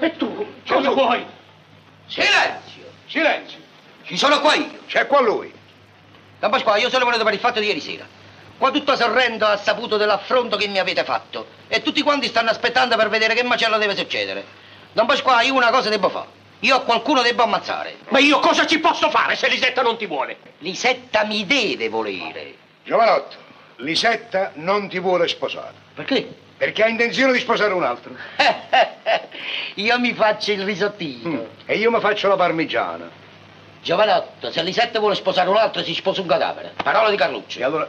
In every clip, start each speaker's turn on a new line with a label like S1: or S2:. S1: E tu cosa vuoi?
S2: Silenzio!
S1: Silenzio.
S2: Ci sono qua io.
S1: C'è qua lui.
S2: Don Pasquale, io sono venuto per il fatto di ieri sera. Qua tutto Sorrento ha saputo dell'affronto che mi avete fatto e tutti quanti stanno aspettando per vedere che macello deve succedere. Don Pasquale, io una cosa devo fare. Io a qualcuno devo ammazzare.
S1: Ma io cosa ci posso fare se Lisetta non ti vuole?
S2: Lisetta mi deve volere.
S3: Giovanotto, Lisetta non ti vuole sposare.
S2: Perché?
S3: Perché ha intenzione di sposare un altro.
S2: Certo. Io mi faccio il risottino.
S3: Mm, E io mi faccio la parmigiana.
S2: Giovanotto, se Lisetta vuole sposare un altro, si sposa un cadavere. Parola di Carluccio.
S3: E allora.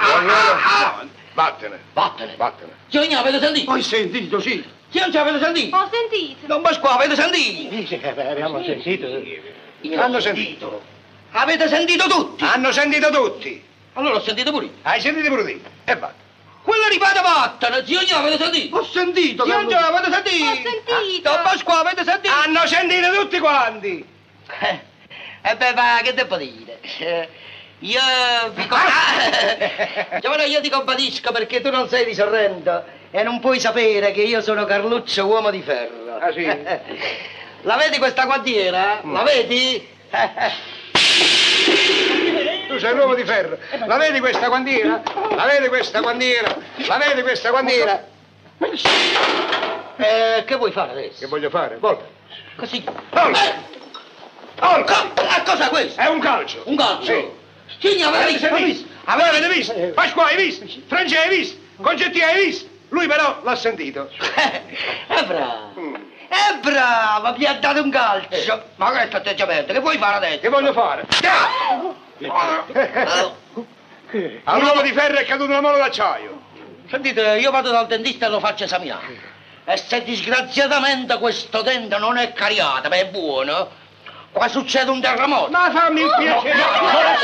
S3: Buongiorno. Vattene.
S2: Vattene.
S3: Vattene.
S2: Io non avete sentito?
S1: Hai sentito, sì.
S2: Io non ci avete sentito?
S4: Ho sentito.
S2: Don Pasquale, avete sentito?
S5: Dice che abbiamo sentito.
S3: Hanno sentito.
S2: Avete sentito tutti?
S3: Hanno sentito tutti.
S2: Allora ho sentito pure io.
S3: Hai sentito pure te? E va.
S2: Quella ripata vattene, zio non avete sentito?
S1: Ho sentito,
S2: Zio non
S1: Carluccio.
S2: avete sentito?
S4: Ho sentito.
S2: Ah, Don Pasquale, avete sentito?
S3: Hanno sentito tutti quanti.
S2: Eh, eh beh, ma che devo dire? Eh, Io vi com- Ah! Giovanni, io ti compadisco perché tu non sei di Sorrento e non puoi sapere che io sono Carluccio uomo di ferro.
S3: Ah, sì?
S2: La vedi questa guantiera? La vedi?
S3: Tu sei l'uomo di ferro. La vedi questa guandiera? La vedi questa guandiera? La vedi questa guandiera?
S2: Eh, che vuoi fare
S3: Che
S2: adesso?
S3: voglio fare? Volta.
S2: Così.
S3: Colpo! Colpo!
S2: Co- eh, cosa è questo?
S3: È un calcio.
S2: Un calcio. Signa, avete visto?
S3: Avete visto? Avete visto? Pasqua hai visto? Francia hai visto? Concetti hai visto? Lui però l'ha sentito.
S2: Eh, bravo. Eh, bravo, mi ha dato un calcio. Ma questo atteggiamento, che vuoi fare adesso? Oh,
S3: Che voglio fare? All'uomo di ferro è caduta una mano d'acciaio.
S2: Sentite, io vado dal dentista e lo faccio esaminare. E se disgraziatamente questo dente non è cariato, ma è buono, qua succede un terremoto.
S3: Ma fammi il piacere.